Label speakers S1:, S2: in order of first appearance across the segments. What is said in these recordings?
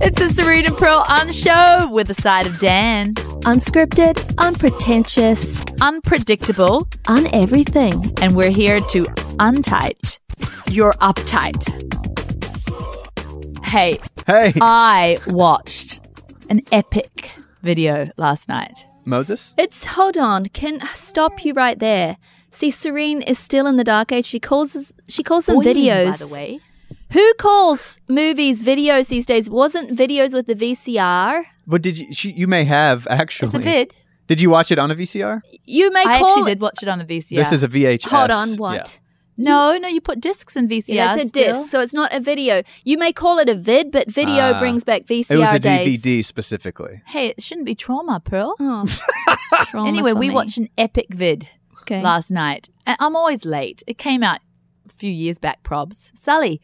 S1: It's the Serena Pearl on show with a side of Dan.
S2: Unscripted, unpretentious,
S1: Unpredictable,
S2: on everything.
S1: and we're here to untight your uptight. Hey,
S3: Hey,
S2: Uh,
S1: I watched an epic video last night.
S3: Moses.
S2: It's hold on, can stop you right there. See, Serene is still in the dark age. She calls she calls them
S1: Boing,
S2: videos.
S1: By the way,
S2: Who calls movies videos these days? Wasn't videos with the VCR?
S3: But did you? She, you may have actually.
S1: it's a vid.
S3: Did you watch it on a VCR?
S2: You may
S1: I
S2: call
S1: actually did watch it on a VCR.
S3: This is a VHS.
S2: Hold on, what?
S3: Yeah.
S1: no, no, you put discs in VCR.
S2: Yeah, it's a
S1: still.
S2: disc, so it's not a video. You may call it a vid, but video
S3: Ah.
S2: brings back VCR
S3: It was a
S2: days.
S3: DVD specifically.
S1: Hey, it shouldn't be trauma, Pearl.
S2: Oh, trauma
S1: Anyway,
S2: for
S1: we
S2: me.
S1: watched an epic vid
S2: Okay.
S1: last night. And I'm always late. It came out a few years back, probs. Sully.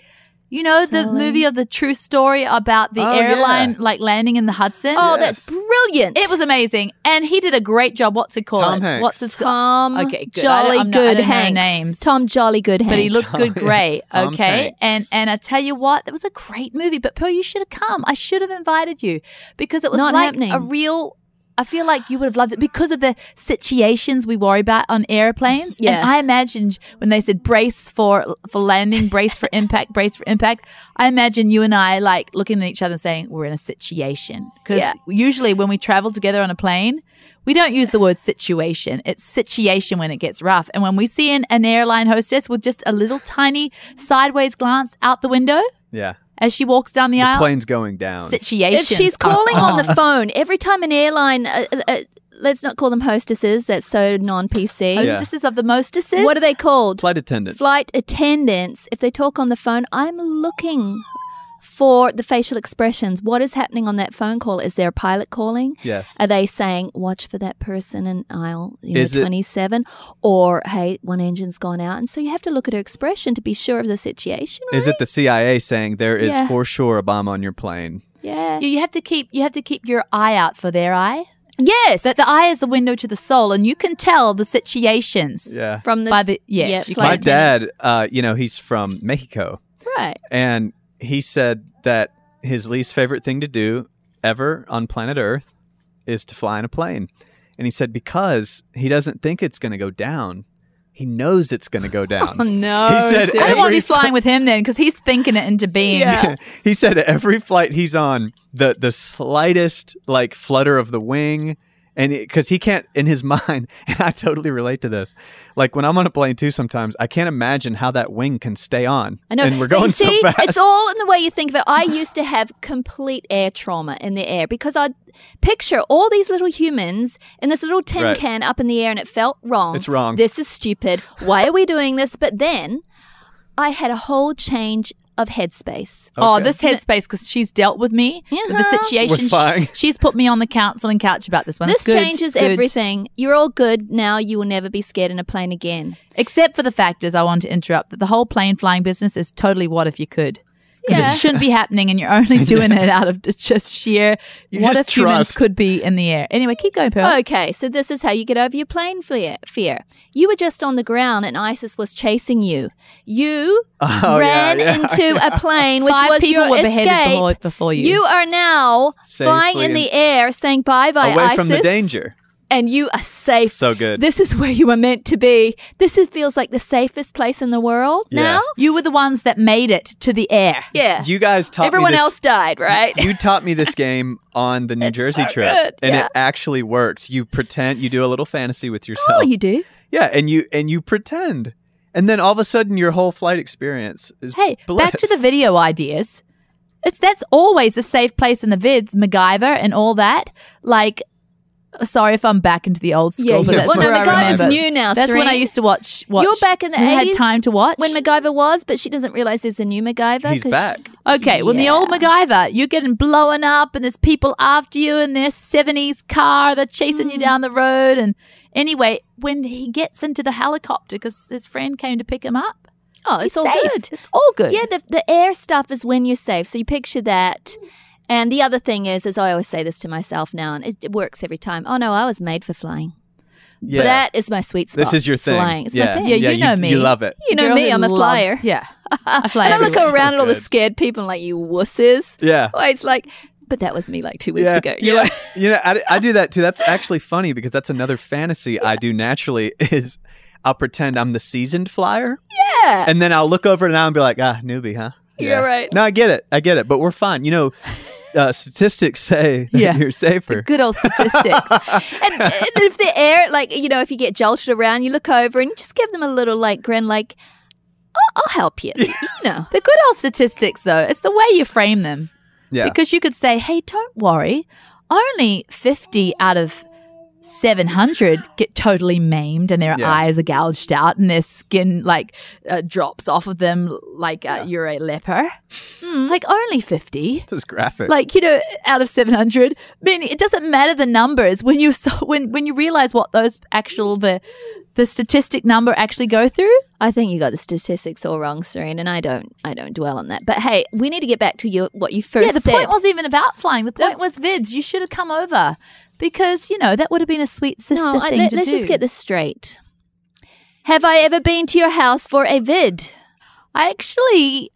S1: You know the
S2: Sully.
S1: movie of the true story about the
S3: Oh,
S1: airline
S3: yeah.
S1: like landing in the Hudson?
S2: Oh,
S3: Yes.
S2: that's brilliant!
S1: It was amazing. And he did a great job. What's it called?
S3: Tom Hanks.
S1: What's his
S2: Tom
S1: Okay, good. I don't-
S2: Jolly
S1: I'm not- I
S2: Good
S1: don't know
S2: Hanks.
S1: names.
S2: Tom Jolly Good Hanks.
S1: But he looked good grey,
S3: Tom
S1: okay?
S3: Hanks.
S1: And and I tell you what, that was a great movie. But Pearl, you should have come. I should have invited you because it was
S2: Not
S1: like
S2: happening.
S1: a real I feel like you would have loved it because of the situations we worry about on airplanes.
S2: Yeah.
S1: And I imagined when they said brace for for landing, brace for impact, brace for impact, I imagine you and I like looking at each other and saying, We're in a situation. Because
S2: Yeah.
S1: usually when we travel together on a plane, we don't use the word situation. It's situation when it gets rough. And when we see an, an airline hostess with just a little tiny sideways glance out the window
S3: Yeah.
S1: as she walks down the,
S3: The
S1: aisle,
S3: plane's going down.
S1: situation.
S2: If she's calling on
S1: oh.
S2: the phone every time an airline, uh, uh, uh, let's not call them hostesses. That's so non-PC.
S3: Yeah.
S1: hostesses of the mostesses,
S2: What are they called?
S3: Flight attendant.
S2: Flight attendants. If they talk on the phone, I'm looking for the facial expressions. What is happening on that phone call? Is there a pilot calling?
S3: yes.
S2: Are they saying, watch for that person in aisle you know,
S3: Is it-
S2: 27? Or, hey, one engine's gone out. And so you have to look at her expression to be sure of the situation.
S3: Is it the CIA saying there is
S2: Yeah.
S3: for sure a bomb on your plane?
S2: Yeah.
S1: You, you have to keep you have to keep your eye out for their eye.
S2: Yes.
S1: That the eye is the window to the soul, and you can tell the situations.
S3: Yeah.
S2: From the,
S1: By the- yes, you
S2: flight
S3: My
S1: Like
S3: dad,
S2: attendants.
S3: uh, you know, he's from Mexico,
S2: Right.
S3: and he said that his least favorite thing to do ever on planet Earth is to fly in a plane. And he said because he doesn't think it's going to go down, he knows it's going to go down.
S1: Oh,
S2: no.
S3: He said
S1: I don't want to be
S3: every
S1: flying with him then, because he's thinking it into being.
S3: he said every flight he's on, the the slightest like flutter of the wing, and because he can't in his mind, and I totally relate to this. Like when I'm on a plane too, sometimes I can't imagine how that wing can stay on.
S2: I know.
S3: and we're
S2: But you
S3: going
S2: see,
S3: so fast.
S2: It's all in the way you think of it. I used to have complete air trauma in the air because I'd picture all these little humans in this little tin
S3: Right.
S2: can up in the air and it felt wrong.
S3: It's wrong.
S2: This is stupid. Why are we doing this? But then I had a whole change of headspace.
S1: Oh,
S3: Okay.
S1: this headspace because she's dealt with me with the
S2: Uh-huh.
S1: situation.
S3: We're fine.
S1: She- she's put me on the counseling couch about this one.
S2: This
S1: It's good,
S2: changes
S1: good.
S2: everything. You're all good now. You will never be scared in a plane again.
S1: except for the fact is, I want to interrupt that the whole plane flying business is totally what if you could. 'Cause
S2: Yeah.
S1: It shouldn't be happening, and you're only doing it out of just sheer
S3: You
S1: what
S3: just
S1: if humans
S3: trust.
S1: could be in the air. Anyway, keep going,
S3: Oh.
S1: Pearl.
S2: Okay, so this is how you get over your plane fear. fear. You were just on the ground and ISIS was chasing you. You
S3: Oh, yeah,
S2: ran
S3: yeah.
S2: into a plane, which
S1: Five
S2: was
S1: people
S2: your
S1: were
S2: escape.
S1: beheaded before, before you.
S2: You are now
S3: Safely
S2: flying in
S3: and-
S2: the air, saying bye bye,
S3: away
S2: ISIS,
S3: from the danger.
S2: and you are safe.
S3: So good.
S2: This is where you were meant to be. This is, feels like the safest place in the world
S3: Yeah.
S2: now.
S1: You were the ones that made it to the air.
S2: Yeah,
S3: you guys taught me
S2: everyone
S3: this-
S2: else died, right?
S3: You taught me this game on the New
S2: It's
S3: Jersey
S2: so
S3: trip,
S2: good,
S3: and
S2: yeah.
S3: it actually works. You pretend you do a little fantasy with
S2: oh,
S3: yourself.
S2: you do.
S3: Yeah, and you and you pretend, and then all of a sudden, your whole flight experience is
S1: Hey, back to
S3: bliss.
S1: the video ideas. It's that's always a safe place in the vids, MacGyver and all that. Like, sorry if I'm back into the old school,
S2: Yeah,
S1: but
S2: yeah.
S1: that's
S2: Well, no,
S1: where I
S2: MacGyver's
S1: remember.
S2: new now,
S1: That's when I
S2: Serene.
S1: used to watch. watch
S2: You're back in the
S1: you Had
S2: 80s
S1: time to watch
S2: When MacGyver was, but she doesn't realize there's a new MacGyver.
S3: He's
S2: 'cause
S3: back.
S1: Okay, well, in the
S2: Yeah.
S1: old MacGyver, you're getting blown up, and there's people after you in their 70s car. They're chasing
S2: Mm.
S1: you down the road. And anyway, when he gets into the helicopter because his friend came to pick him up,
S2: Oh, it's
S1: he's
S2: all
S1: safe.
S2: good.
S1: It's all good.
S2: Yeah, the, the air stuff is when you're safe. So you picture that. And the other thing is, as I always say this to myself now, and it, it works every time. Oh no, I was made for flying.
S3: Yeah.
S2: That is my sweet spot.
S3: this is your thing.
S2: Flying. It's my
S3: yeah.
S2: thing.
S1: Yeah, you know
S3: you,
S1: me.
S3: You love it.
S2: You know
S1: Girl
S2: me,
S1: who
S2: I'm a
S1: loves-
S2: flyer.
S1: Yeah. I fly
S2: And I
S3: This
S2: look
S3: is
S1: everywhere.
S2: around
S3: so
S2: at all the
S3: good.
S2: scared people and like, you wusses.
S3: Yeah.
S2: Well, it's like But that was me like two Oh, weeks
S3: yeah,
S2: ago.
S3: You're like, you know, I, I do that too. That's actually funny because that's another fantasy I do naturally is I'll pretend I'm the seasoned flyer.
S2: Yeah.
S3: And then I'll look over and I'll be like, ah, newbie, huh?
S2: You're right.
S3: No, I get it. I get it. But we're fine. You know, uh, statistics say that
S1: Yeah.
S3: you're safer.
S1: Good old statistics.
S2: and, and if the air, like, you know, if you get jolted around, you look over and just give them a little, like, grin, like, I'll, I'll help you. You know.
S1: the good old statistics, though, it's the way you frame them.
S3: Yeah.
S1: Because you could say, hey, don't worry, only 50 out of 700 get totally maimed and their
S3: Yeah.
S1: eyes are gouged out and their skin like uh, drops off of them like uh, you're a leper. Like only 50.
S3: This is graphic.
S1: Like you know, out of seven hundred, I mean, it doesn't matter the numbers when you so, when when you realize what those actual the the statistic number actually go through.
S2: I think you got the statistics all wrong, Serene, and I don't I don't dwell on that. But hey, we need to get back to your what you first
S1: Yeah, the
S2: said.
S1: point wasn't even about flying. The point was Vids. You should have come over because you know that would have been a sweet sister
S2: no, I-
S1: thing
S2: let,
S1: to
S2: us
S1: do.
S2: just get this straight. Have I ever been to your house for a vid?
S1: I actually,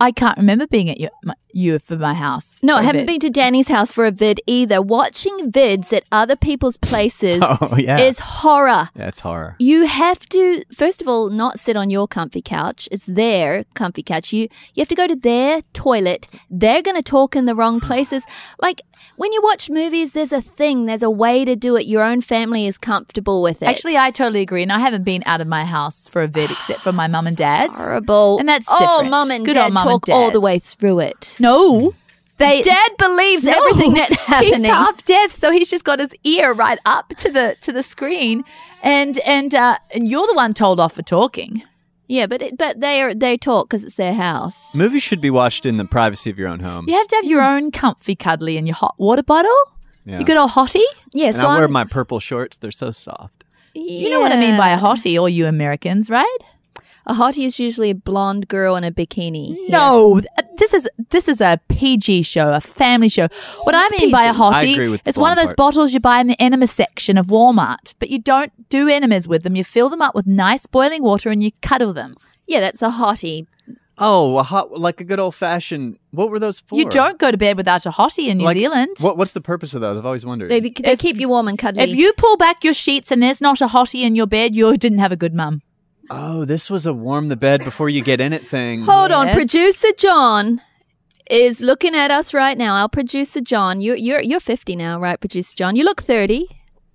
S1: I can't remember being at you, my, you for my house.
S2: No, I
S1: for
S2: haven't
S1: Vid.
S2: been to Danny's house for a vid either. Watching vids at other people's places
S3: oh, yeah.
S2: is horror.
S3: That's horror.
S2: You have to first of all not sit on your comfy couch. It's their comfy couch. You you have to go to their toilet. They're going to talk in the wrong places. Like when you watch movies, there's a thing. There's a way to do it. Your own family is comfortable with it.
S1: Actually, I totally agree, and I haven't been out of my house for a vid except for my mum and dad's.
S2: horrible.
S1: And that's
S2: oh,
S1: different.
S2: mum and
S1: Good
S2: dad
S1: old mum and
S2: talk all the
S1: dads.
S2: way through it.
S1: No, they
S2: Dad believes
S1: No.
S2: everything that
S1: He's
S2: happening.
S1: half deaf, so he's just got his ear right up to the to the screen, and and uh, and you're the one told off for talking.
S2: Yeah, but it, but they are they talk because it's their house.
S3: Movies should be watched in the privacy of your own home.
S1: You have to have
S2: Hmm.
S1: your own comfy cuddly and your hot water bottle.
S3: Yeah.
S1: You good old hottie.
S2: Yeah,
S3: and
S2: so
S3: I wear
S2: I'm-
S3: my purple shorts. They're so soft.
S1: You know what I mean
S2: Yeah.
S1: by a hottie, all you Americans, right?
S2: a hottie is usually a blonde girl in a bikini. here.
S1: No, th- this is this is a PG show, a family show. What I
S2: It's
S1: mean by a
S2: PG.
S1: hottie,
S3: I agree with the
S1: it's one of
S3: blonde
S1: those
S3: part.
S1: bottles you buy in the enema section of Walmart, but you don't do enemas with them. You fill them up with nice boiling water and you cuddle them.
S2: Yeah, that's a hottie.
S3: Oh, a hot, like a good old fashioned. What were those for?
S1: You don't go to bed without a hottie in New
S3: Like,
S1: Zealand.
S3: What, what's the purpose of those? I've always wondered.
S2: They, they keep you warm and cuddly.
S1: If you pull back your sheets and there's not a hottie in your bed, you didn't have a good mum.
S3: oh, this was a warm the bed before you get in it thing.
S2: Hold on,
S1: Yes.
S2: producer John is looking at us right now. Our producer John, you you're you're 50 now, right, producer John? You look 30.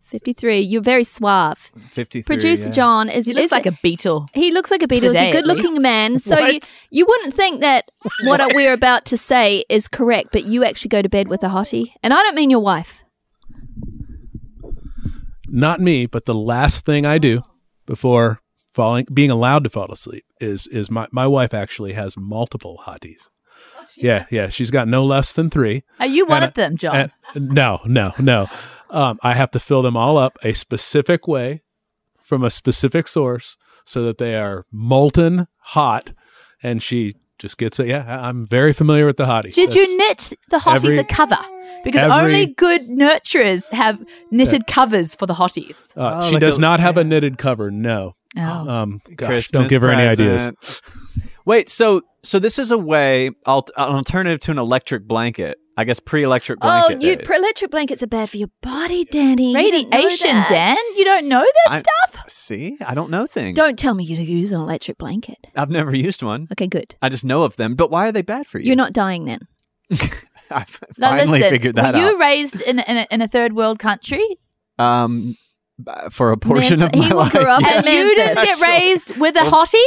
S2: 53. You're very suave.
S3: 53.
S2: Producer
S3: yeah.
S2: John is
S1: He looks
S2: is-
S1: like a beetle.
S2: he looks like a beetle. He's
S1: Today,
S2: a
S1: at
S2: good-looking
S1: least.
S2: man. So you,
S3: What?
S2: you wouldn't think that what we're about to say is correct, but you actually go to bed with a hottie, and I don't mean your wife.
S4: not me, but the last thing I do
S1: Oh.
S4: before falling being allowed to fall asleep is is my my wife actually has multiple hotties. Yeah, yeah, she's got no less than 3.
S1: Are you Oh, one
S4: And
S1: of them, John?
S4: And- no, no, no. Um, I have to fill them all up a specific way from a specific source so that they are molten hot and she just gets it. Yeah, I- I'm very familiar with the hottie.
S1: Did you
S4: That's-
S1: knit the hotties
S4: every-
S1: a cover? Because
S4: every-
S1: only good nurturers have knitted covers for the hotties.
S4: uh,
S3: Oh,
S4: she
S3: like
S4: does
S3: a-
S4: not have a knitted cover. No.
S1: Oh.
S4: Um gosh,
S3: Christmas
S4: don't give her any ideas.
S3: present. Wait, so so this is a way alt- an alternative to an electric blanket. I guess pre-electric
S2: Oh,
S3: blanket.
S2: you
S3: days.
S2: pre- electric blankets are bad for your body, Danny. You didn't know
S1: Radiation,
S2: that.
S1: Dan. You don't know this
S3: I-
S1: stuff?
S3: See, I don't know things.
S2: Don't tell me you use an electric blanket.
S3: I've never used one.
S2: Okay, good.
S3: I just know of them. But why are they bad for you?
S2: You're not dying then.
S3: I f-
S1: Now,
S3: finally
S1: listen,
S3: figured that
S1: were
S3: out.
S1: you raised in a, in, a, in a third world country?
S3: um, b- for a portion
S2: Man-
S3: of my
S2: he will
S3: life,
S2: grow up
S3: yeah.
S2: and
S1: And you didn't
S2: Memphis.
S1: get raised with a hottie?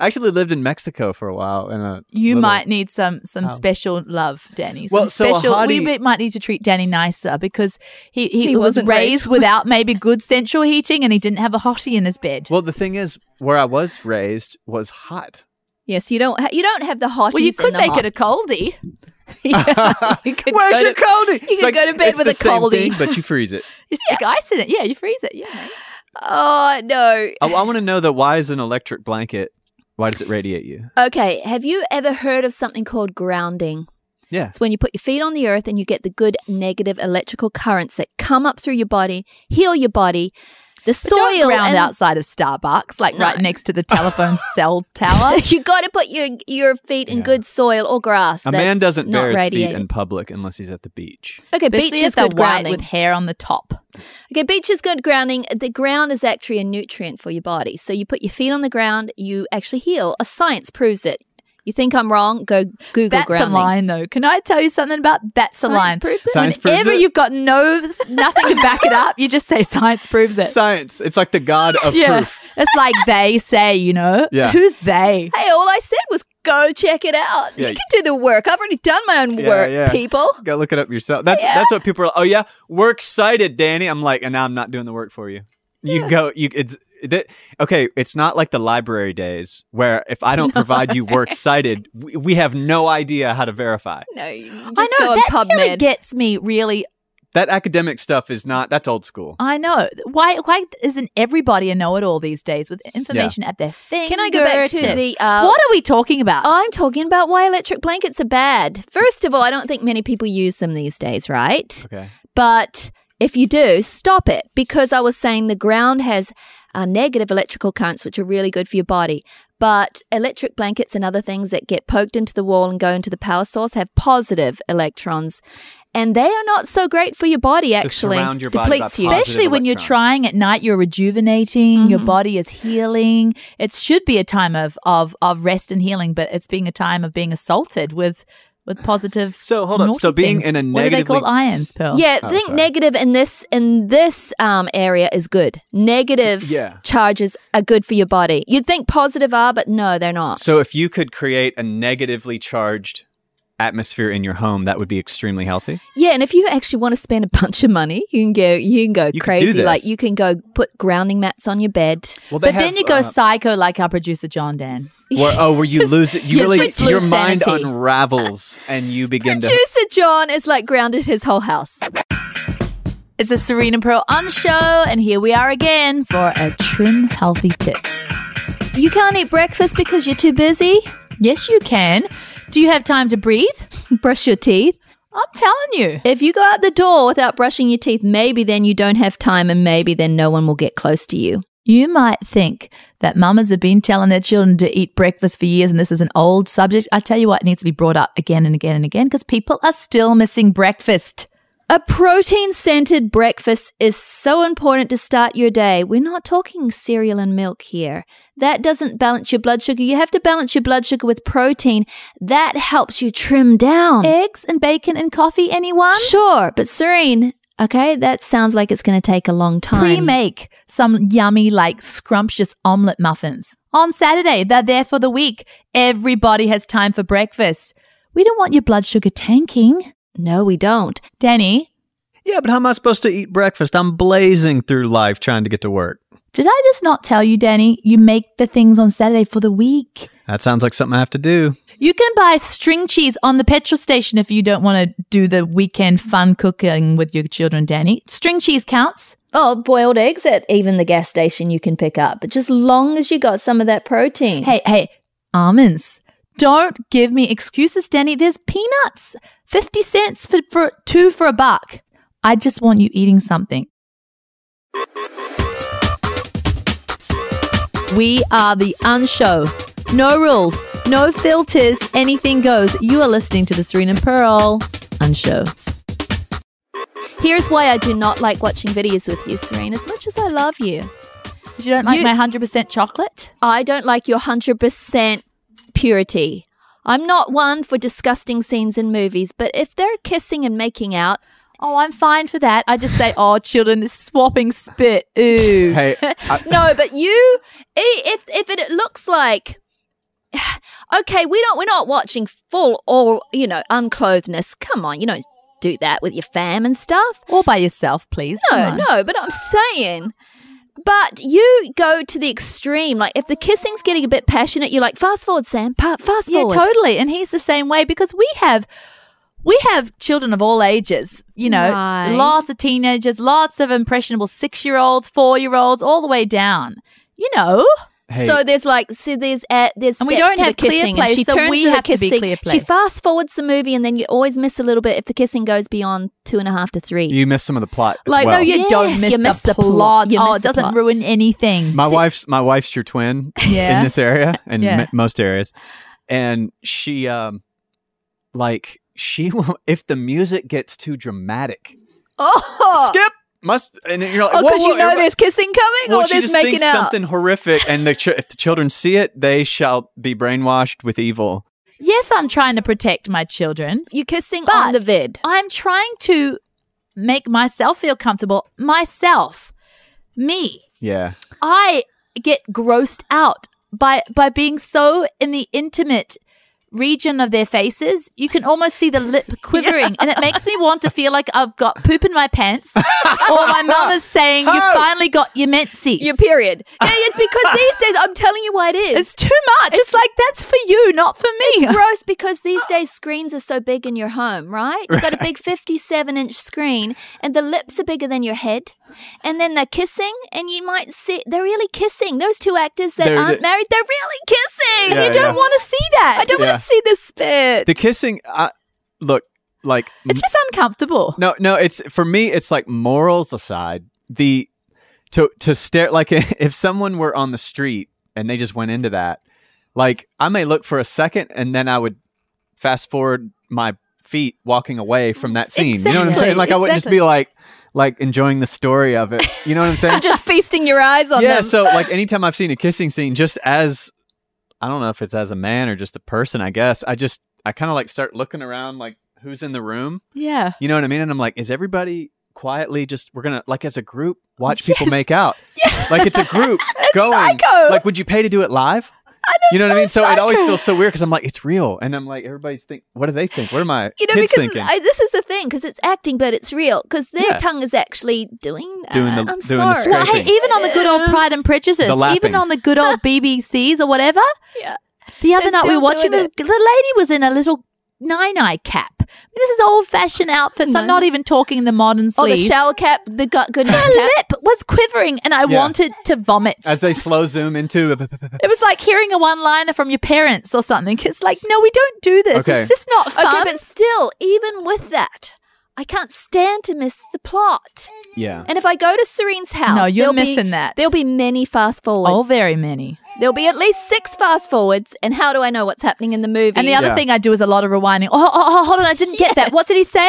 S3: I actually lived in Mexico for a while. In a
S1: You
S3: little-
S1: might need some some
S3: Oh.
S1: special love, Danny. Some
S3: Well, so a
S1: special. we
S3: hottie-
S1: mi- might need to treat Danny nicer because he, he,
S2: He
S1: was
S2: wasn't
S1: raised,
S2: raised-
S1: without maybe good central heating, and he didn't have a hottie in his bed.
S3: Well, the thing is, where I was raised was hot.
S2: Yes, you don't. Ha- you don't have the hotties.
S1: Well, you could
S2: in the
S1: make
S2: hot-
S1: it a coldie.
S2: Yeah, you could
S3: Where's
S2: go
S3: your
S2: to-
S3: coldie?
S2: could go to bed
S3: it's
S2: with
S3: the
S2: a
S3: same
S2: coldie.
S3: thing, but you freeze it.
S1: You stick ice in it. Yeah, you freeze it. Yeah.
S2: Oh no.
S3: I, I want to know that why is an electric blanket? Why does it radiate you?
S2: Okay, have you ever heard of something called grounding?
S3: Yeah.
S2: It's when you put your feet on the earth and you get the good negative electrical currents that come up through your body, heal your body. The
S1: But don't
S2: soil
S1: round
S2: and
S1: outside of Starbucks, like
S2: No.
S1: right next to the telephone cell tower.
S2: you got to put your your feet in
S3: Yeah.
S2: good soil or grass.
S3: a man
S2: That's
S3: doesn't
S2: not
S3: bare his feet
S2: radiated.
S3: in public unless he's at the beach.
S2: Okay,
S1: Especially
S2: beach
S1: if
S2: is
S1: they're
S2: good
S1: white
S2: grounding.
S1: with hair on the top.
S2: Okay, beach is good grounding. The ground is actually a nutrient for your body. So you put your feet on the ground, you actually heal. A science proves it. You think I'm wrong? Go Google
S1: That's
S2: grounding.
S1: a line, though. Can I tell you something about that's a
S2: Science
S1: line?
S2: proves it.
S3: Science proves
S1: Whenever
S3: it?
S1: you've got no nothing to back it up, you just say science proves it.
S3: Science. It's like the god of
S1: yeah,
S3: proof.
S1: it's like they say, you know.
S3: Yeah.
S1: Who's they?
S2: Hey, all I said was go check it out.
S3: Yeah.
S2: You can do the work. I've already done my own
S3: Yeah,
S2: work,
S3: yeah.
S2: people.
S3: Go look it up yourself. That's
S2: Yeah.
S3: that's what people are. Oh yeah, we're excited, Danny. I'm like, and now I'm not doing the work for you. You go. You it's that, okay. It's not like the library days where if I don't provide you work cited, we, we have no idea how to verify.
S2: No, you can
S1: I
S2: just
S1: know
S2: go
S1: that
S2: on PubMed.
S1: really gets me. Really,
S3: That academic stuff is not. That's old school.
S1: I know why. Why isn't everybody a know-it-all these days with information at their fingertips?
S2: can I go back to Oh, the uh,
S1: what are we talking about?
S2: I'm talking about why electric blankets are bad. First of all, I don't think many people use them these days, right?
S3: Okay.
S2: But if you do, stop it because I was saying the ground has uh, negative electrical currents, which are really good for your body. But electric blankets and other things that get poked into the wall and go into the power source have positive electrons, and they are not so great for your body. Actually,
S3: surround your body by
S2: depletes you.
S3: positive-
S1: Especially when you're
S3: electron. Mm-hmm.
S1: trying at night, you're rejuvenating. Your body is healing. It should be a time of, of of rest and healing, but it's being a time of being assaulted with with positive.
S3: So, hold up.
S1: naughty
S3: So being
S1: things.
S3: in a
S1: what do they
S3: negatively-
S1: call ions, Pearl?
S2: Yeah,
S3: Oh,
S2: think
S3: sorry.
S2: negative in this in this um, area is good. Negative
S3: Yeah.
S2: charges are good for your body. You'd think positive are, but no, they're not.
S3: So if you could create a negatively charged atmosphere in your home, that would be extremely healthy.
S2: Yeah, and if you actually want to spend a bunch of money, you can go. You can go
S3: You could do
S2: crazy.
S3: this.
S2: Like you can go put grounding mats on your bed.
S3: Well,
S1: but then you go
S3: uh,
S1: psycho like our producer John Dan.
S3: Where, oh, where you lose it? You
S2: Yes,
S3: really
S2: it's
S3: your
S2: loose
S3: mind
S2: sanity.
S3: unravels and uh, you begin to.
S2: Producer John is like grounded his whole house.
S1: It's the Serena Pearl on show, and here we are again for a trim healthy tip.
S2: You can't eat breakfast because you're too busy.
S1: Yes, you can. Do you have time to breathe?
S2: Brush your teeth.
S1: I'm telling you.
S2: If you go out the door without brushing your teeth, maybe then you don't have time, and maybe then no one will get close to you.
S1: You might think that mamas have been telling their children to eat breakfast for years and this is an old subject. I tell you what, it needs to be brought up again and again and again because people are still missing breakfast.
S2: A protein centered breakfast is so important to start your day. We're not talking cereal and milk here. That doesn't balance your blood sugar. You have to balance your blood sugar with protein. That helps you trim down.
S1: Eggs and bacon and coffee, anyone?
S2: Sure, but Serene, okay, that sounds like it's going to take a long time.
S1: Pre make some yummy, like scrumptious omelette muffins on Saturday. They're there for the week. Everybody has time for breakfast. We don't want your blood sugar tanking.
S2: No, we don't.
S1: Danny,
S3: Yeah, but how am I supposed to eat breakfast? I'm blazing through life trying to get to work.
S1: did I just not tell you, Danny, you make the things on Saturday for the week?
S3: That sounds like something I have to do.
S1: You can buy string cheese on the petrol station if you don't want to do the weekend fun cooking with your children, Danny. String cheese counts.
S2: Oh, boiled eggs at even the gas station you can pick up, but just long as you got some of that protein.
S1: Hey, hey, almonds. Don't give me excuses, Danny. There's peanuts. 50 cents for, for two for a buck. I just want you eating something. We are the unshow. No rules, no filters, anything goes. You are listening to the Serena Pearl unshow.
S2: Here's why I do not like watching videos with you, Serene, as much as I love you.
S1: You don't like
S2: You-
S1: my 100% chocolate?
S2: I don't like your 100% purity. I'm not one for disgusting scenes in movies, but if they're kissing and making out,
S1: Oh, I'm fine for that. I just say, oh, children, swapping spit. Ooh.
S3: Hey, I,
S2: no, but you i- if if it looks like okay, we don't we're not watching full or, you know, unclothedness. Come on, you don't do that with your fam and stuff.
S1: All by yourself, please.
S2: No,
S1: Come on.
S2: no, but I'm saying. But you go to the extreme. Like, if the kissing's getting a bit passionate, you're like, fast forward, Sam, pa- fast
S1: Yeah,
S2: forward.
S1: totally. And he's the same way because we have. We have children of all ages, you know,
S2: Right.
S1: lots of teenagers, lots of impressionable six year olds, four year olds, all the way down. You know,
S3: Hey,
S2: So there's like so there's uh, there's
S1: And
S2: steps
S1: we don't
S2: to
S1: have
S2: the
S1: clear
S2: kissing,
S1: play,
S2: and she
S1: so
S2: turns
S1: we
S2: to the
S1: have to be
S2: kissing.
S1: clear play.
S2: She fast forwards the movie, and then you always miss a little bit if the kissing goes beyond two and a half to three.
S3: you missed some of the plot. as
S1: Like,
S3: well.
S1: no, you
S2: Yes,
S1: don't miss,
S2: you miss
S1: the,
S2: the plot.
S1: plot.
S2: You
S1: oh,
S2: miss
S1: it
S2: the
S1: doesn't
S2: plot.
S1: ruin anything.
S3: my wife's my wife's your twin in
S1: Yeah.
S3: this area and
S1: Yeah.
S3: m- most areas and she um like she will if the music gets too dramatic
S2: oh,
S3: skip must and you're like
S2: oh,
S3: whoa,
S2: because
S3: whoa,
S2: you know
S3: everybody-
S2: there's kissing coming,
S3: well,
S2: or
S3: she
S2: there's
S3: just
S2: making
S3: thinks
S2: out.
S3: something horrific, and the ch- if the children see it, they shall be brainwashed with evil.
S1: Yes, I'm trying to protect my children.
S2: You're kissing
S1: But-
S2: on the vid.
S1: I'm trying to make myself feel comfortable. Myself, me.
S3: Yeah,
S1: I get grossed out by by being so in the intimate region of their faces. You can almost see the lip quivering, and it makes me want to feel like I've got poop in my pants, or my mum is saying, "You finally got your menses."
S2: Your period. Yeah, it's because these days I'm telling you why it is.
S1: it's too much. It's, like that's for you, not for me.
S2: It's gross because these days screens are so big in your home, right? You've got a big 57 inch screen and the lips are bigger than your head. And then they're kissing, and you might see they're really kissing. Those two actors that
S3: They're-
S2: aren't married, they're really kissing.
S3: Yeah,
S2: you
S1: I
S2: don't
S1: don't
S3: yeah.
S1: want to see that.
S2: I don't
S3: Yeah.
S2: want to see this bit.
S3: the kissing. I, look, like
S1: It's just uncomfortable.
S3: No, no, it's for me it's like morals aside, the to to stare like if someone were on the street and they just went into that, like I may look for a second and then I would fast forward my feet walking away from that scene. You know what I'm
S1: Exactly,
S3: saying? Like I wouldn't just
S1: exactly.
S3: be like like enjoying the story of it. You know what I'm saying?
S2: Just feasting your eyes on
S3: yeah,
S2: them.
S3: so like anytime I've seen a kissing scene just as I don't know if it's as a man or just a person, I guess. I just I kind of like start looking around like who's in the room
S1: Yeah.
S3: you know what I mean? And I'm like, is everybody quietly just we're gonna like as a group watch people make out?
S1: Yes.
S3: Like it's a group going.
S1: psycho.
S3: Like, would you pay to do it live? You know what I mean? So it always
S1: psycho.
S3: feels so weird because I'm like, it's real, and I'm like, everybody's think, what do they think? What am I
S2: you know,
S3: kids
S2: because
S3: thinking?
S2: I, this is the thing, because it's acting, but it's real. Because their
S3: Yeah.
S2: tongue is actually doing that.
S3: Doing the-
S2: I'm
S3: doing the
S2: sorry.
S1: Well, hey,
S3: Scraping.
S1: even on the good old Pride and Prejudice,
S3: The
S1: even
S3: lapping.
S1: on the good old BBCs or whatever.
S2: Yeah.
S1: The other
S2: They're
S1: night we were
S2: still
S1: watching
S2: doing
S1: the, the lady was in a little nine eye cap. I mean, this is old fashioned outfits. I'm not even talking Oh, the modern
S2: Or Oh, the
S1: sleeves.
S2: shell cap, the gut good
S1: Her
S2: night cap.
S1: lip was quivering, and I
S3: Yeah.
S1: wanted to vomit.
S3: As they slow zoom into,
S1: It was like hearing a one liner from your parents or something. It's like, no, we don't do this.
S3: Okay.
S1: It's just not fun.
S2: Okay, but still, even with that, I can't stand to miss the plot.
S3: yeah,
S2: And if I go to Serene's house,
S1: no, you're
S2: there'll be-
S1: missing that.
S2: There'll be many fast forwards.
S1: oh, very many.
S2: There'll be at least six fast forwards. And how do I know what's happening in the movie?
S1: And the other
S3: Yeah.
S1: thing I do is a lot of rewinding. Oh, oh, oh hold on, I didn't get that. What did he say?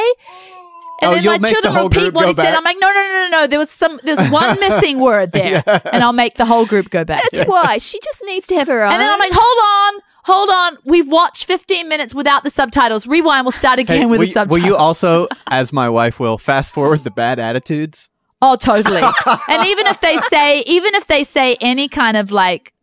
S1: And
S3: Oh,
S1: then
S3: you'll
S1: my
S3: make the
S1: children
S3: whole
S1: repeat
S3: group
S1: what
S3: go
S1: he said.
S3: back.
S1: I'm like, no, no, no, no, no. There was some. There's one missing word there, and I'll make the whole group go back.
S2: That's why she just needs to have her own.
S1: And then I'm like, hold on, hold on. We've watched 15 minutes without the subtitles. Rewind. We'll start again
S3: Hey,
S1: with the
S3: will, you- will
S1: subtitles.
S3: you also, as my wife will, fast forward the bad attitudes?
S1: oh, totally. and even if they say, even if they say any kind of like,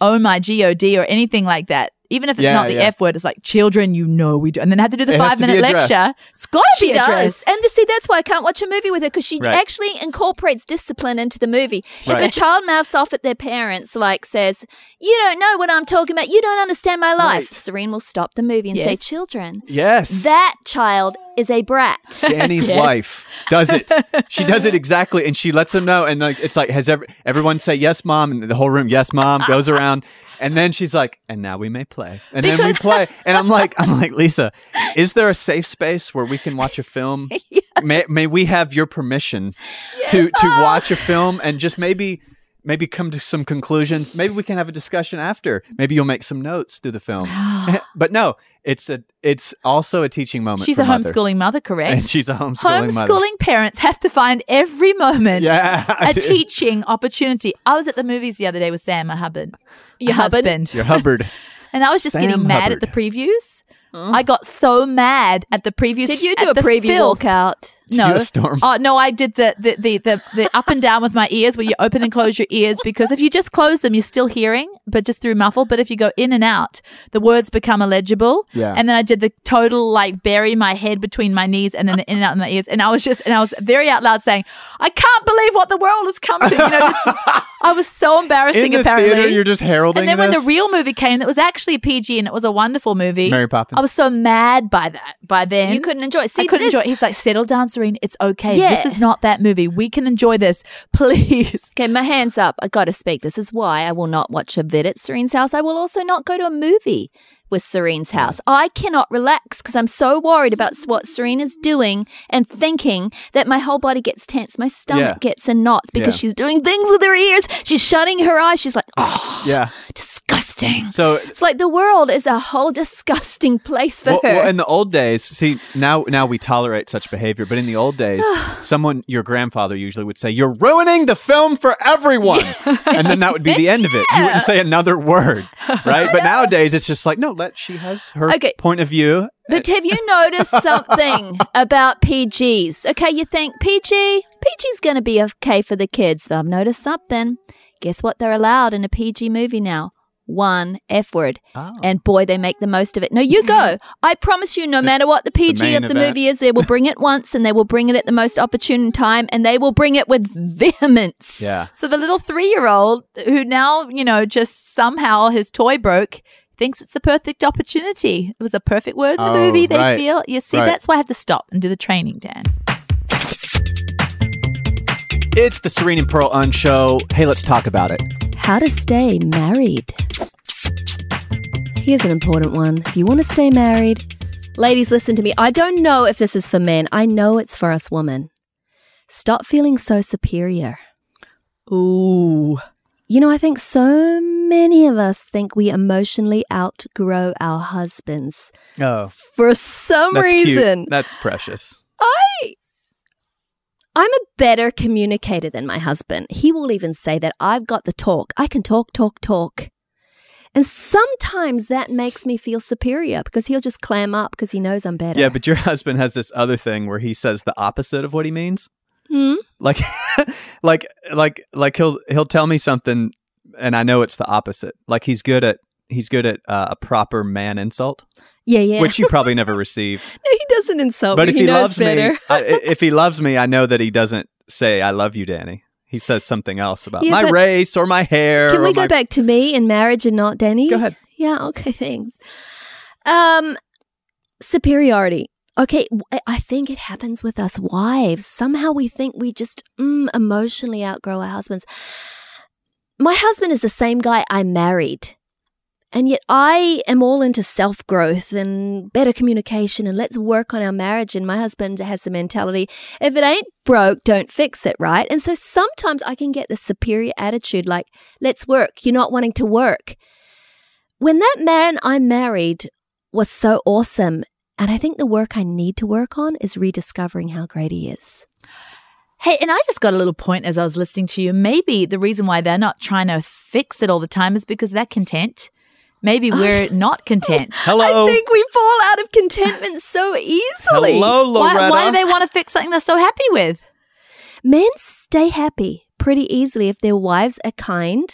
S1: oh my god, or anything like that. Even if it's
S3: Yeah,
S1: not the
S3: yeah.
S1: F word, it's like children, you know we do. And then I have to do the
S3: It has
S1: five
S3: to be
S1: minute
S3: addressed.
S1: lecture. It's got to be
S2: she does.
S1: addressed.
S2: And to see, that's why I can't watch a movie with her because she
S3: Right.
S2: actually incorporates discipline into the movie.
S3: Right.
S2: If a child mouths off at their parents, like says, You don't know what I'm talking about, you don't understand my life,
S3: Right.
S2: Serene will stop the movie and say,
S1: Yes.
S2: Children,
S3: Yes,
S2: that child is a brat.
S3: Danny's
S1: Yes.
S3: wife does it. She does it exactly, and she lets them know. And like, it's like, has every, everyone say yes, mom, and the whole room yes, mom goes around, and then she's like, and now we may play, and then we play, and I'm like, I'm like, Lisa, is there a safe space where we can watch a film? May, may we have your permission to to
S1: Oh.
S3: watch a film and just maybe. Maybe come to some conclusions. Maybe we can have a discussion after. Maybe you'll make some notes through the film. but no, it's a it's also a teaching moment.
S1: She's
S3: for
S1: a
S3: mother.
S1: homeschooling mother, correct?
S3: And she's a homeschooling, mother.
S1: homeschooling parents have to find every moment
S3: Yeah. I
S1: a
S3: did.
S1: teaching opportunity. I was at the movies the other day with Sam, my husband,
S2: Your
S1: my
S2: husband?
S3: Your Hubbard.
S1: and I was just
S3: Sam
S1: getting mad at
S3: Hubbard.
S1: the previews. I got so mad at the previews.
S2: Did you
S1: at
S2: do a
S1: the
S2: preview
S1: filth.
S2: walkout?
S3: Did you do a storm?
S1: Oh no, I did the the, the the the up and down with my ears, where you open and close your ears, because if you just close them, you're still hearing, but just through muffle. But if you go in and out, the words become illegible.
S3: Yeah.
S1: And then I did the total like bury my head between my knees, and then the in and out in my ears, and I was just and I was very out loud saying, "I can't believe what the world has come to." You know, just, I was so embarrassing.
S3: In the
S1: apparently,
S3: theater, you're just heralding
S1: and then when
S3: this?
S1: the real movie came, that was actually a PG, and it was a wonderful movie.
S3: Mary Poppins.
S1: I was was so mad by that. By then,
S2: you couldn't enjoy. See,
S1: I couldn't
S2: this,
S1: enjoy. it. He's like, settle down, Serene. It's okay.
S2: Yeah.
S1: This is not that movie. We can enjoy this, please.
S2: Okay, my hands up. I gotta speak. This is why I will not watch a vid at Serene's house. I will also not go to a movie with Serene's house. I cannot relax because I'm so worried about what Serene is doing and thinking that my whole body gets tense, my stomach
S3: Yeah.
S2: gets in knots because
S3: Yeah.
S2: she's doing things with her ears. She's shutting her eyes. She's like, oh,
S3: Yeah.
S2: disgusting.
S3: So
S2: It's like the world is a whole disgusting place for
S3: well,
S2: her.
S3: well, in the old days, see now now we tolerate such behavior, but in the old days, someone your grandfather usually would say, "You're ruining the film for everyone," and then that would be the end of it. You wouldn't say another word, right? But nowadays, it's just like, no, let she has her
S2: Okay.
S3: point of view.
S2: But have you noticed something about PGs? Okay, you think PG, PG's going to be okay for the kids, but I've noticed something. Guess what? They're allowed in a PG movie now. One F word.
S3: Oh.
S2: And boy, they make the most of it. No, you go. I promise you, no matter what the PG
S3: main
S2: of the
S3: event.
S2: movie is, they will bring it once and they will bring it at the most opportune time and they will bring it with vehemence.
S3: yeah,
S1: So the little three-year-old who now, you know, just somehow his toy broke. Thinks it's the perfect opportunity. It was a perfect word in the
S3: Oh,
S1: movie. They
S3: right.
S1: feel you see.
S3: Right.
S1: That's why I have to stop and do the training, Dan.
S3: it's the Serene and Pearl Un show. Hey, let's talk about it.
S2: How to stay married.
S5: Here's an important one. If you want to stay married, ladies, listen to me. I don't know if this is for men, I know it's for us women. Stop feeling so superior.
S1: Ooh,
S5: You know, I think so many of us think we emotionally outgrow our husbands
S3: Oh,
S5: for some
S3: that's
S5: reason.
S3: cute. That's precious.
S5: I'm a better communicator than my husband. He will even say that I've got the talk. I can talk, talk, talk. And sometimes that makes me feel superior because he'll just clam up because he knows I'm better.
S3: Yeah, but your husband has this other thing where he says the opposite of what he means.
S5: Hmm?
S3: like like like like he'll he'll tell me something and i know it's the opposite like he's good at he's good at uh, a proper man insult
S5: yeah, yeah.
S3: which you probably never receive
S5: No, he doesn't insult
S3: but
S5: me.
S3: if
S5: he,
S3: he,
S5: knows
S3: loves
S5: better.
S3: me I, i- if he loves me i know that he doesn't say i love you danny he says something else about
S5: Yeah,
S3: my
S5: but-
S3: race or my hair
S5: Can
S3: or
S5: we go
S3: my-
S5: back to me and marriage and not Danny?
S3: go ahead
S5: Yeah, okay, thanks. Um superiority. Okay, w- I- I think it happens with us wives. Somehow we think we just mm, emotionally outgrow our husbands. My husband is the same guy I married. And yet I am all into self-growth and better communication and let's work on our marriage and my husband has the mentality if it ain't broke don't fix it, right? And so sometimes I can get the superior attitude like let's work, you're not wanting to work when that man I married was so awesome, and I think the work I need to work on is rediscovering how great he is.
S1: Hey, and I just got a little point as I was listening to you. Maybe the reason why they're not trying to fix it all the time is because they're content. Maybe we're not content.
S3: hello
S5: I think we fall out of contentment so easily.
S3: hello Oh, loretta
S1: Why, why do they want to fix something they're so happy with?
S5: Men stay happy pretty easily if their wives are kind,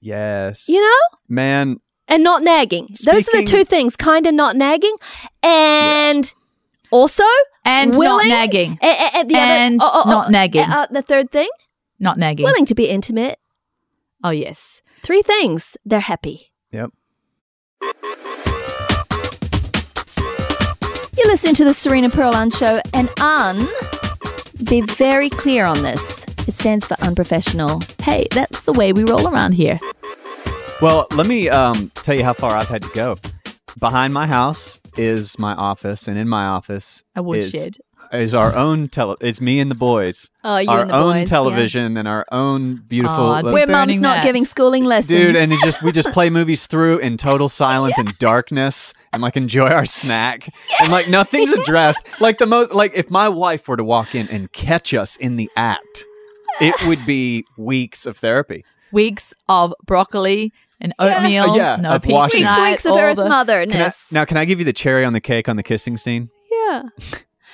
S3: yes
S5: you know,
S3: man
S5: and not nagging. Those are the
S3: Speaking-
S5: two things kind and not nagging. And also,
S1: And
S5: willing,
S1: not nagging.
S5: a- a- a- the other-
S1: And
S5: oh, oh, oh,
S1: not nagging.
S5: uh, the third thing,
S1: Not nagging.
S5: willing to be intimate.
S1: Oh, yes.
S5: Three things, they're happy.
S3: yep
S2: You're listening to the Serena Pearl Un Show, and Un, be very clear on this. It stands for unprofessional.
S1: Hey, that's the way we roll around here.
S3: Well, let me um, tell you how far I've had to go. Behind my house is my office, and in my office,
S1: A woodshed.
S3: is, is our own tele. It's me and the boys.
S2: Oh, you
S3: our
S2: and the
S3: own
S2: boys, yeah.
S3: television and our own beautiful.
S1: Aw,
S3: little-
S2: Where
S1: Burning
S2: mum's not
S1: that.
S2: giving schooling lessons.
S3: dude, and it just we just play movies through in total silence and darkness, and like enjoy our snack, and like nothing's addressed. Like the most, like if my wife were to walk in and catch us in the act, it would be weeks of therapy.
S1: Weeks of broccoli and oatmeal.
S3: Oh, yeah,
S1: No
S3: of
S1: pizza
S3: washing.
S2: Weeks,
S1: night,
S2: weeks of
S1: all
S2: Earth
S1: the-
S3: Can I-
S2: motherness.
S3: now, can I give you the cherry on the cake on the kissing scene?
S2: yeah.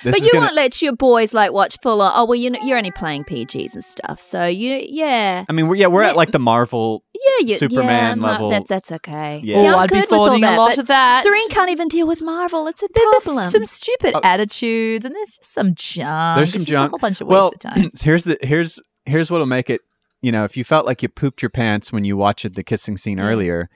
S3: This
S2: but
S3: is
S2: you
S3: gonna-
S2: won't let your boys like watch full on. Oh well, you know, you're only playing PGs and stuff. So you, yeah,
S3: I mean, we're, yeah, we're at like the Marvel.
S2: yeah, you,
S3: Superman
S2: yeah, I'm not-
S3: level.
S2: that's that's okay.
S3: Yeah.
S2: See,
S1: Oh,
S2: I'm
S1: I'd
S2: good
S1: be
S2: with all
S1: forwarding a
S2: that,
S1: lot
S2: but
S1: of that.
S2: Serene can't even deal with Marvel. It's a
S1: There's just
S2: problem.
S1: some stupid
S3: Oh.
S1: attitudes, and there's just some junk.
S3: There's some
S1: It's just A
S3: junk.
S1: whole bunch of waste
S3: Well,
S1: of time.
S3: here's the here's here's what'll make it. You know, if you felt like you pooped your pants when you watched the kissing scene earlier,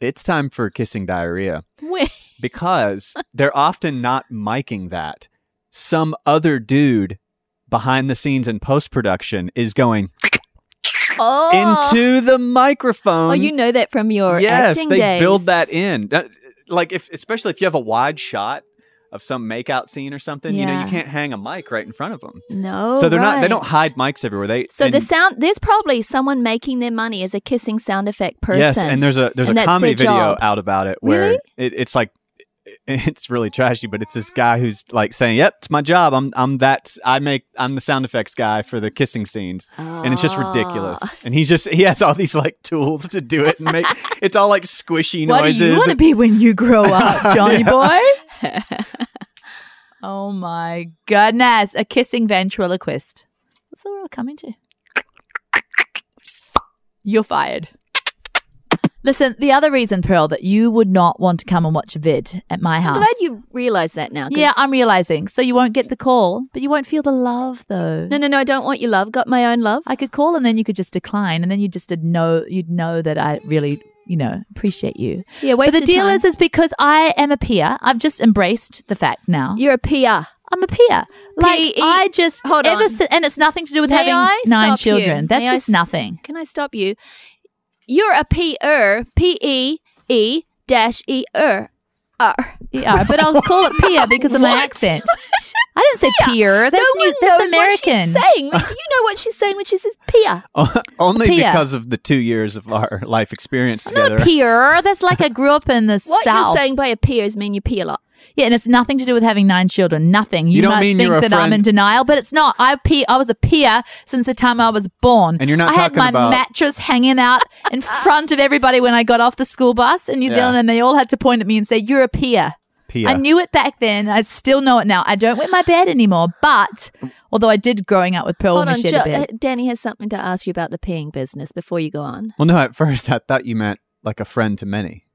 S3: it's time for kissing diarrhea
S2: Wait.
S3: because they're often not miking that. Some other dude behind the scenes in post production is going
S2: Oh.
S3: into the microphone.
S2: Oh, you know that from your
S3: yes,
S2: acting
S3: they
S2: days.
S3: build that in. That- Like if, especially if you have a wide shot of some makeout scene or something, you know,
S2: Yeah.
S3: you can't hang a mic right in front of them.
S1: Oh,
S2: No,
S3: so they're not. They
S2: right.
S3: don't hide mics everywhere. They
S2: So
S3: and-
S2: the sound there's probably someone making their money as a kissing sound effect person.
S3: Yes, and there's a there's
S2: And
S3: a
S2: that's
S3: comedy
S2: their
S3: video
S2: job.
S3: out about it where
S2: Really?
S3: it, it's like it's really trashy, but it's this guy who's like saying, "Yep, it's my job. I'm I'm that I make I'm the sound effects guy for the kissing scenes." And it's just ridiculous.
S2: Ah.
S3: And he's just he has all these like tools to do it and make it's all like squishy
S1: What do
S3: noises.
S1: you want to
S3: and-
S1: be when you grow up, Johnny boy? oh my goodness. A kissing ventriloquist. What's the world coming to? You're fired. Listen, the other reason, Pearl, that you would not want to come and watch a vid at my
S2: I'm
S1: house.
S2: glad you realize that now. 'cause-
S1: Yeah, I'm realizing. So you won't get the call, but you won't feel the love though.
S2: No, no, no. I don't want your love. Got my own love.
S1: I could call and then you could just decline and then you just did know you'd know that I really, you know, appreciate you.
S2: Yeah, waste
S1: but the
S2: of
S1: deal
S2: time.
S1: is is because I am a peer. I've just embraced the fact now.
S2: you're a PR.
S1: I'm a peer. Like
S2: P E-
S1: I just
S2: Hold
S1: ever
S2: on.
S1: si- and it's nothing to do with
S2: May
S1: having
S2: I
S1: nine
S2: stop you?
S1: children. That's
S2: May I
S1: just
S2: s-
S1: nothing.
S2: Can I stop you? You're a PR. P E E dash E R R.
S1: Yeah, but I'll call it peer because of my accent. I didn't say peer. That's
S2: no
S1: new.
S2: one
S1: That's
S2: knows
S1: American.
S2: What she's saying. Like, do you know what she's saying when she says PR?
S3: Only
S1: Pia.
S3: because of the two years of our life experience
S1: I'm not
S3: together.
S1: a peer. That's like I grew up in the
S2: What
S1: south.
S2: you're saying by a peer is mean you pee a lot.
S1: Yeah, and it's nothing to do with having nine children. Nothing. You,
S3: You don't
S1: might
S3: mean
S1: think
S3: you're a
S1: that I'm
S3: friend-
S1: in denial, but it's not. I pe- I was a peer since the time I was born.
S3: And you're not
S1: I had
S3: talking
S1: my
S3: about-
S1: mattress hanging out in front of everybody when I got off the school bus in New
S3: Yeah.
S1: Zealand, and they all had to point at me and say, "You're a peer."
S3: Pia.
S1: I knew it back then. I still know it now. I don't wet my bed anymore, but although I did growing up with Pearl
S2: Hold
S1: when
S2: on,
S1: we shared
S2: Jo-
S1: a bed.
S2: uh, Danny has something to ask you about the peeing business before you go on.
S3: well, no, at first I thought you meant like a friend to many.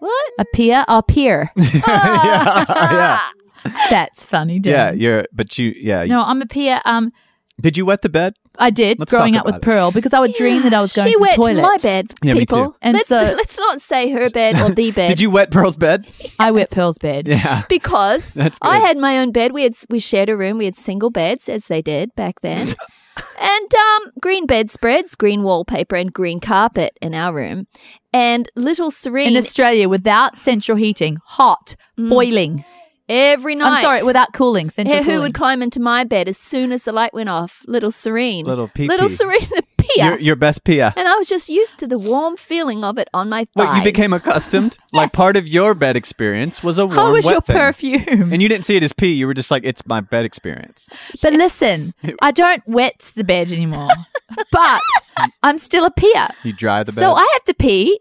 S2: What?
S1: A peer, a peer. Ah.
S3: yeah, yeah,
S1: That's funny,
S3: yeah.
S1: Dan.
S3: You're, but you, yeah.
S1: No, I'm a peer. Um,
S3: Did you wet the bed?
S1: I did
S3: Let's
S1: growing
S3: talk
S1: up with
S3: about it.
S1: Pearl because I would dream that I was going
S2: she
S1: to
S2: went
S1: the toilet.
S2: to my bed,
S3: Yeah, me too.
S2: people.
S1: And
S2: let's
S1: so-
S2: let's not say her bed or the bed.
S3: Did you wet Pearl's bed?
S1: I wet Pearl's bed.
S3: Yeah.
S2: because
S3: That's
S2: I
S3: good.
S2: had my own bed. We had we shared a room. We had single beds as they did back then, and um, green bedspreads, green wallpaper, and green carpet in our room, and little serene
S1: in Australia without central heating, hot, boiling.
S2: every Mm. night.
S1: I'm sorry, without cooling. Central
S2: Who- who
S1: cooling.
S2: would climb into my bed as soon as the light went off? Little serene,
S3: Little pee-pee.
S2: little serene, the pia.
S3: Your, your best Pia.
S2: and I was just used to the warm feeling of it on my thighs.
S3: Wait, you became accustomed? Like part of your bed experience was a warm
S1: How was
S3: wet
S1: your
S3: thing.
S1: perfume?
S3: And you didn't see it as pee. You were just like, it's my bed experience.
S1: but listen, I don't wet the bed anymore, but I'm still a peer.
S3: You dry the bed.
S1: So I have to pee,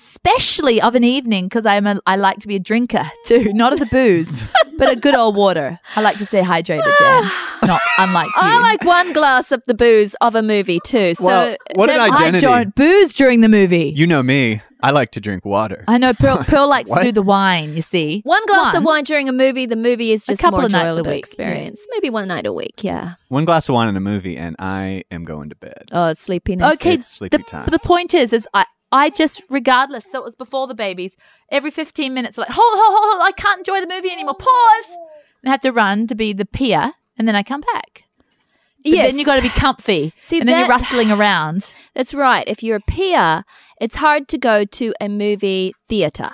S1: especially of an evening because I'm a, I like to be a drinker too, not of the booze, but a good old water. I like to stay hydrated, Dan. Not unlike you.
S2: I like one glass of the booze of a movie too. So
S3: Well, what an
S2: that's-
S3: idea.
S1: I
S3: identity.
S1: don't booze during the movie.
S3: you know me. I like to drink water.
S1: I know Pearl, Pearl likes to
S3: What?
S1: do the wine. You see,
S2: One glass of
S1: One.
S2: wine during a movie. The movie is just
S1: couple
S2: more
S1: of nights a
S2: enjoyable
S1: week,
S2: experience. Maybe one night a week. Yeah.
S3: One glass of wine in a movie, and I am going to bed.
S2: Oh, it's sleepiness.
S1: Okay,
S3: It's sleepy
S1: the,
S3: time.
S1: the point is, is I, I just regardless. So it was before the babies. Every fifteen minutes, like hold, hold, hold, hold, I can't enjoy the movie anymore. Pause. And I have to run to be the peer, and then I come back. But
S2: Yes.
S1: Then you got to be comfy.
S2: See,
S1: and then you're
S2: that-
S1: rustling around.
S2: That's right. If you're a peer, it's hard to go to a movie theater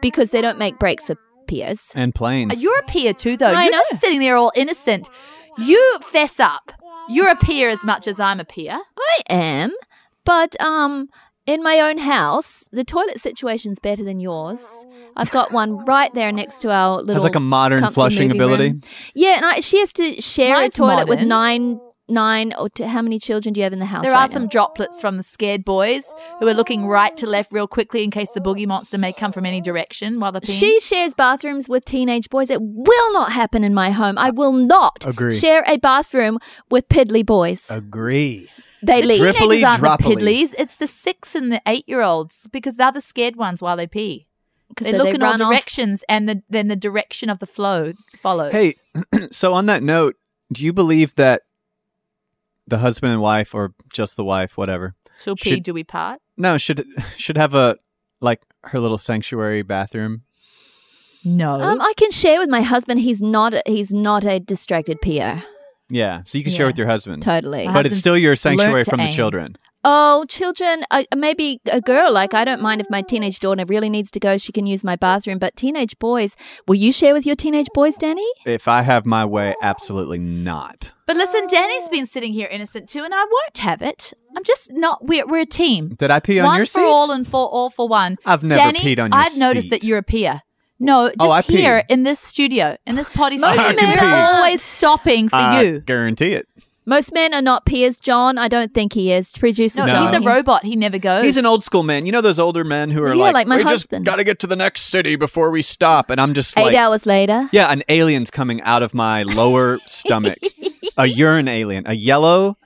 S2: because they don't make breaks for peers.
S3: and planes.
S1: Uh, You're a peer too, though.
S2: I
S1: you're
S2: know.
S1: just sitting there all innocent. You fess up. You're a peer as much as I'm a peer.
S2: I am, but um, in my own house, the toilet situation's better than yours. I've got one right there next to our little.
S3: Has like a modern
S2: comfy
S3: flushing
S2: movie
S3: ability.
S2: room. Yeah, and I, she has to share
S1: Mine's
S2: a toilet with
S1: modern.
S2: nine, nine or t- how many children do you have in the house?
S1: There
S2: right
S1: are some
S2: now?
S1: droplets from the scared boys who are looking right to left real quickly in case the boogie monster may come from any direction while they're peeing.
S2: She shares bathrooms with teenage boys. It will not happen in my home. I will not
S3: Agree. Uh,
S2: share a bathroom with piddly boys.
S3: Agree.
S2: they
S1: the
S2: leave.
S3: Drip-
S1: teenagers
S3: Drippily
S1: aren't the
S3: droppily.
S1: piddlies. It's the six and the eight year olds because they're the scared ones while they pee.
S2: 'Cause
S1: They
S2: so
S1: look in all
S2: run off.
S1: directions, and the, then the direction of the flow follows.
S3: Hey, so on that note, do you believe that the husband and wife, or just the wife, whatever,
S1: she'll pee.
S3: should-
S1: Do we part?
S3: no should should have a like her little sanctuary bathroom?
S1: No.
S6: Um, I can share with my husband. He's not. A, he's not a distracted peer.
S3: Yeah, so you can
S1: Yeah.
S3: share with your husband,
S6: Totally.
S1: My
S3: but it's
S1: husband's
S3: still your sanctuary
S1: learned to
S3: from the
S1: aim.
S3: children.
S6: Oh, children, uh, maybe a girl. Like, I don't mind if my teenage daughter really needs to go, she can use my bathroom. But teenage boys, will you share with your teenage boys, Danny?
S3: If I have my way, absolutely not.
S1: but listen, Danny's been sitting here innocent too, and I won't have it. I'm just not. We're, we're a team.
S3: Did I pee on
S1: one
S3: your
S1: for
S3: seat?
S1: all and for all for one.
S3: I've never
S1: Danny,
S3: peed on your
S1: I've noticed that
S3: seat.
S1: you're a peer. No, just
S3: Oh, I pee.
S1: here in this studio, in this potty studio,
S3: I can
S1: we're
S3: pee.
S1: always stopping for
S3: I
S1: you.
S3: guarantee it.
S6: Most men are not peers, John. I don't think he is. Producer
S1: No,
S3: No.
S1: he's a
S6: John.
S1: robot. He never goes.
S3: He's an old school man. You know those older men who are
S6: Yeah,
S3: like,
S6: like my
S3: we
S6: husband.
S3: just got to get to the next city before we stop. And I'm just
S6: Eight
S3: like,
S6: hours later.
S3: yeah, an alien's coming out of my lower stomach. A urine alien, a yellow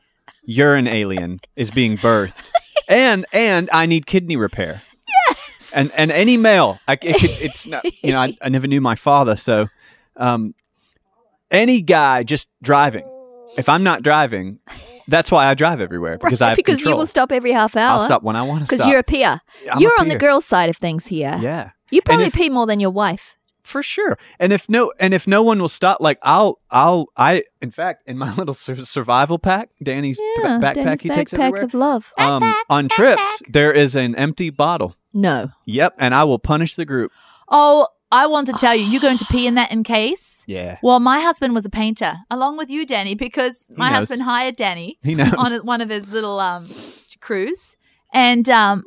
S3: urine alien is being birthed, and and I need kidney repair. Yes. And and any male, I, it could, it's not. You know, I, I never knew my father, so um, any guy just driving. If I'm not driving, that's why I drive everywhere because I have
S6: because
S3: control.
S6: you will stop every half hour.
S3: I'll stop when I want to
S6: Because
S3: stop.
S6: you're a peer.
S3: I'm a
S6: you're on the
S3: peer.
S6: girl's side of things here.
S3: Yeah,
S6: You probably
S3: if-
S6: pee more than your wife.
S3: for sure. And if no, and if no one will stop, like I'll, I'll, I. In fact, in my little sur- survival pack, Danny's p-
S6: Yeah,
S3: backpack
S6: Danny's
S3: he
S6: backpack
S3: takes everywhere.
S6: of love.
S3: um, on trips, there is an empty bottle.
S6: No.
S3: Yep, and I will punish the group.
S1: oh, I want to tell you, you're going to pee in that in case.
S3: Yeah,
S1: Well, my husband was a painter, along with you, Danny, because my
S3: knows.
S1: husband hired Danny
S3: he knows.
S1: on one of his little um, crews, and um,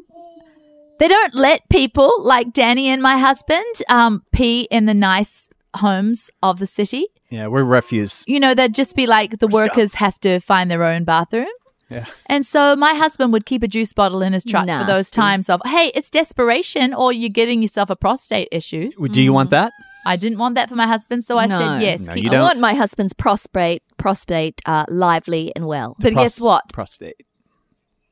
S1: they don't let people like Danny and my husband um, pee in the nice homes of the city.
S3: yeah, we're refuse.
S1: You know, they'd just be like the workers have to find their own bathroom.
S3: Yeah.
S1: And so my husband would keep a juice bottle in his truck for those
S6: Nasty.
S1: times of, hey, it's desperation or you're getting yourself a prostate issue.
S3: Do you
S1: Mm.
S3: want that?
S1: I didn't want that for my husband, so I
S6: No.
S1: said yes.
S3: No,
S1: keep
S3: you
S1: it.
S6: I
S3: don't.
S6: want my husband's prostate, prostate uh, lively and well.
S1: But guess
S3: Pros-
S1: what?
S3: Prostate.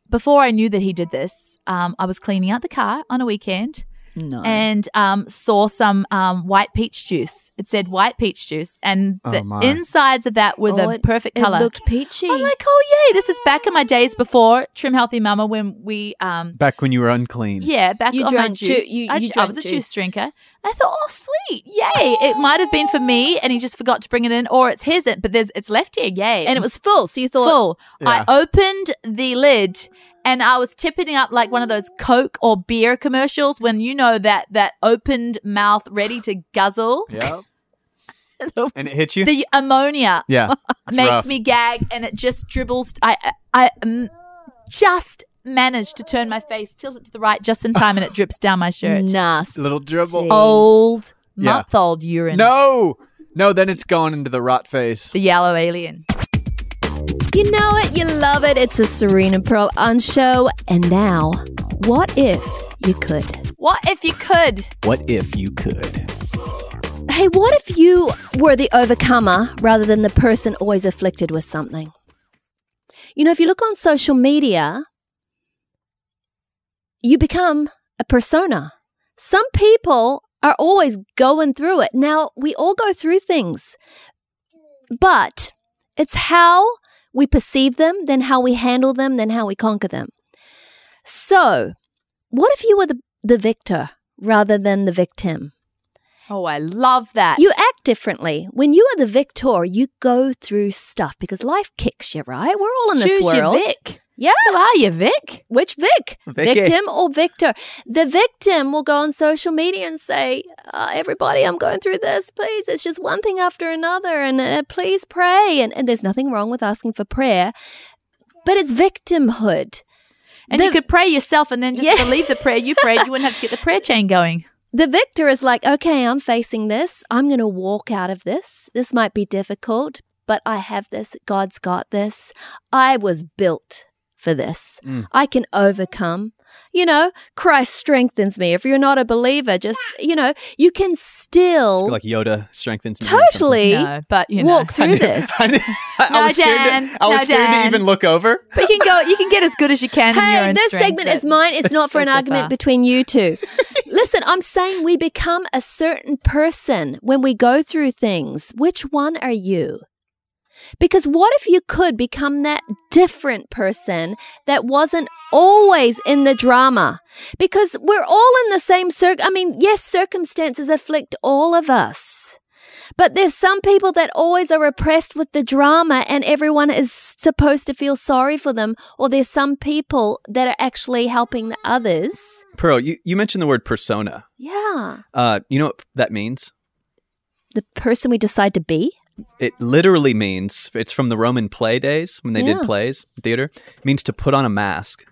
S1: Before I knew that he did this, um, I was cleaning out the car on a weekend
S6: No.
S1: and um, saw some um, white peach juice. It said white peach juice, and the
S3: Oh, my.
S1: insides of that were
S6: Oh,
S1: the
S6: it-
S1: perfect color.
S6: It looked peachy.
S1: I'm like, oh yay! This is back in my days before Trim Healthy Mama when we, um,
S3: Back when you were unclean.
S1: yeah, back
S6: You
S1: on my
S6: drank ju-
S1: juice.
S6: you-
S1: I,
S6: you
S1: ju- I
S6: drank
S1: was a
S6: juice.
S1: juice drinker. I thought, oh sweet, yay! It might have been for me, and he just forgot to bring it in, or it's his, but there's it's left here, yay!
S6: and it was full. So you thought,
S1: full.
S3: Yeah.
S1: I opened the lid and I was tipping up like one of those Coke or beer commercials when you know that that opened mouth ready to guzzle.
S3: Yeah. and it hits you.
S1: The ammonia
S3: yeah.
S1: makes
S3: rough.
S1: me gag and it just dribbles. I I, I um, just managed to turn my face, tilt it to the right just in time, and it drips down my shirt.
S6: Nice.
S3: Little dribble.
S6: Oh.
S1: Old
S3: Yeah.
S1: month old urine.
S3: No, no. Then it's gone into the rot face.
S1: The yellow alien.
S2: You know it, you love it. It's a Serena Pearl on show. And now, what if you could?
S1: What if you could?
S3: What if you could?
S2: Hey, what if you were the overcomer rather than the person always afflicted with something? You know, if you look on social media, you become a persona. Some people are always going through it. Now, we all go through things, but it's how we perceive them, then how we handle them, then how we conquer them. So, what if you were the, the victor rather than the victim?
S1: Oh, I love that.
S2: You act differently. When you are the victor, you go through stuff because life kicks you, right? We're all in this
S1: Choose your
S2: world.
S1: Vic.
S2: Yeah.
S1: Who are you, Vic?
S2: Which Vic?
S3: Vicky.
S2: Victim or victor? The victim will go on social media and say, uh, Everybody, I'm going through this. Please, it's just one thing after another. And uh, please pray. And, and there's nothing wrong with asking for prayer, but it's victimhood.
S1: And
S2: The-
S1: you could pray yourself and then just
S2: Yeah.
S1: believe the prayer you prayed. You wouldn't have to get the prayer chain going.
S2: the victor is like, okay, I'm facing this. I'm going to walk out of this. This might be difficult, but I have this. God's got this. I was built for this.
S3: Mm.
S2: I can overcome. You know, Christ strengthens me. If you're not a believer, just, you know, you can
S1: Oh.
S2: still
S3: Like Yoda strengthens. me or something.
S2: totally
S1: No, but you know.
S2: walk through this.
S3: I, knew- I
S1: No,
S3: was scared.
S1: Dan.
S3: To, I was
S1: No,
S3: scared to
S1: Dan.
S3: even look over.
S1: But you can go. You can get as good as you can. in your
S2: Hey,
S1: own
S2: this
S1: strength,
S2: segment
S1: but-
S2: is mine. It's not for an
S1: Go so
S2: argument
S1: far.
S2: between you two. Listen, I'm saying we become a certain person when we go through things. Which one are you? Because what if you could become that different person that wasn't always in the drama? Because we're all in the same circ. I mean, yes, circumstances afflict all of us. But there's some people that always are oppressed with the drama and everyone is supposed to feel sorry for them, or there's some people that are actually helping the others.
S3: Pearl, you, you mentioned the word persona.
S2: Yeah.
S3: Uh, you know what that means?
S2: The person we decide to be.
S3: It literally means it's from the Roman play days when they
S2: Yeah.
S3: did plays, theater. It means to put on a mask.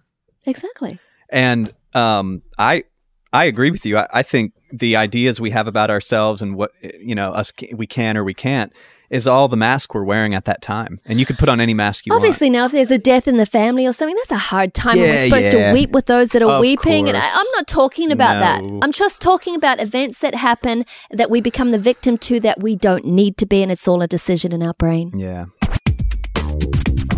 S2: Exactly.
S3: And um, I I agree with you. I, I think the ideas we have about ourselves and what you know us ca- we can or we can't is all the mask we're wearing at that time. And you could put on any mask you
S2: Obviously, now if there's a death in the family or something, that's a hard time. and
S3: Yeah,
S2: we're supposed
S3: yeah.
S2: to weep with those that are
S3: Of
S2: weeping. And I,
S3: course.
S2: I'm not talking about that.
S3: No.
S2: I'm just talking about events that happen that we become the victim to that we don't need to be, and it's all a decision in our brain.
S3: want. Yeah.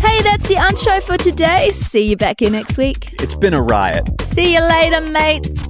S2: Hey, that's the Unshow for today. See you back here next week.
S3: It's been a riot.
S1: See you later, mates.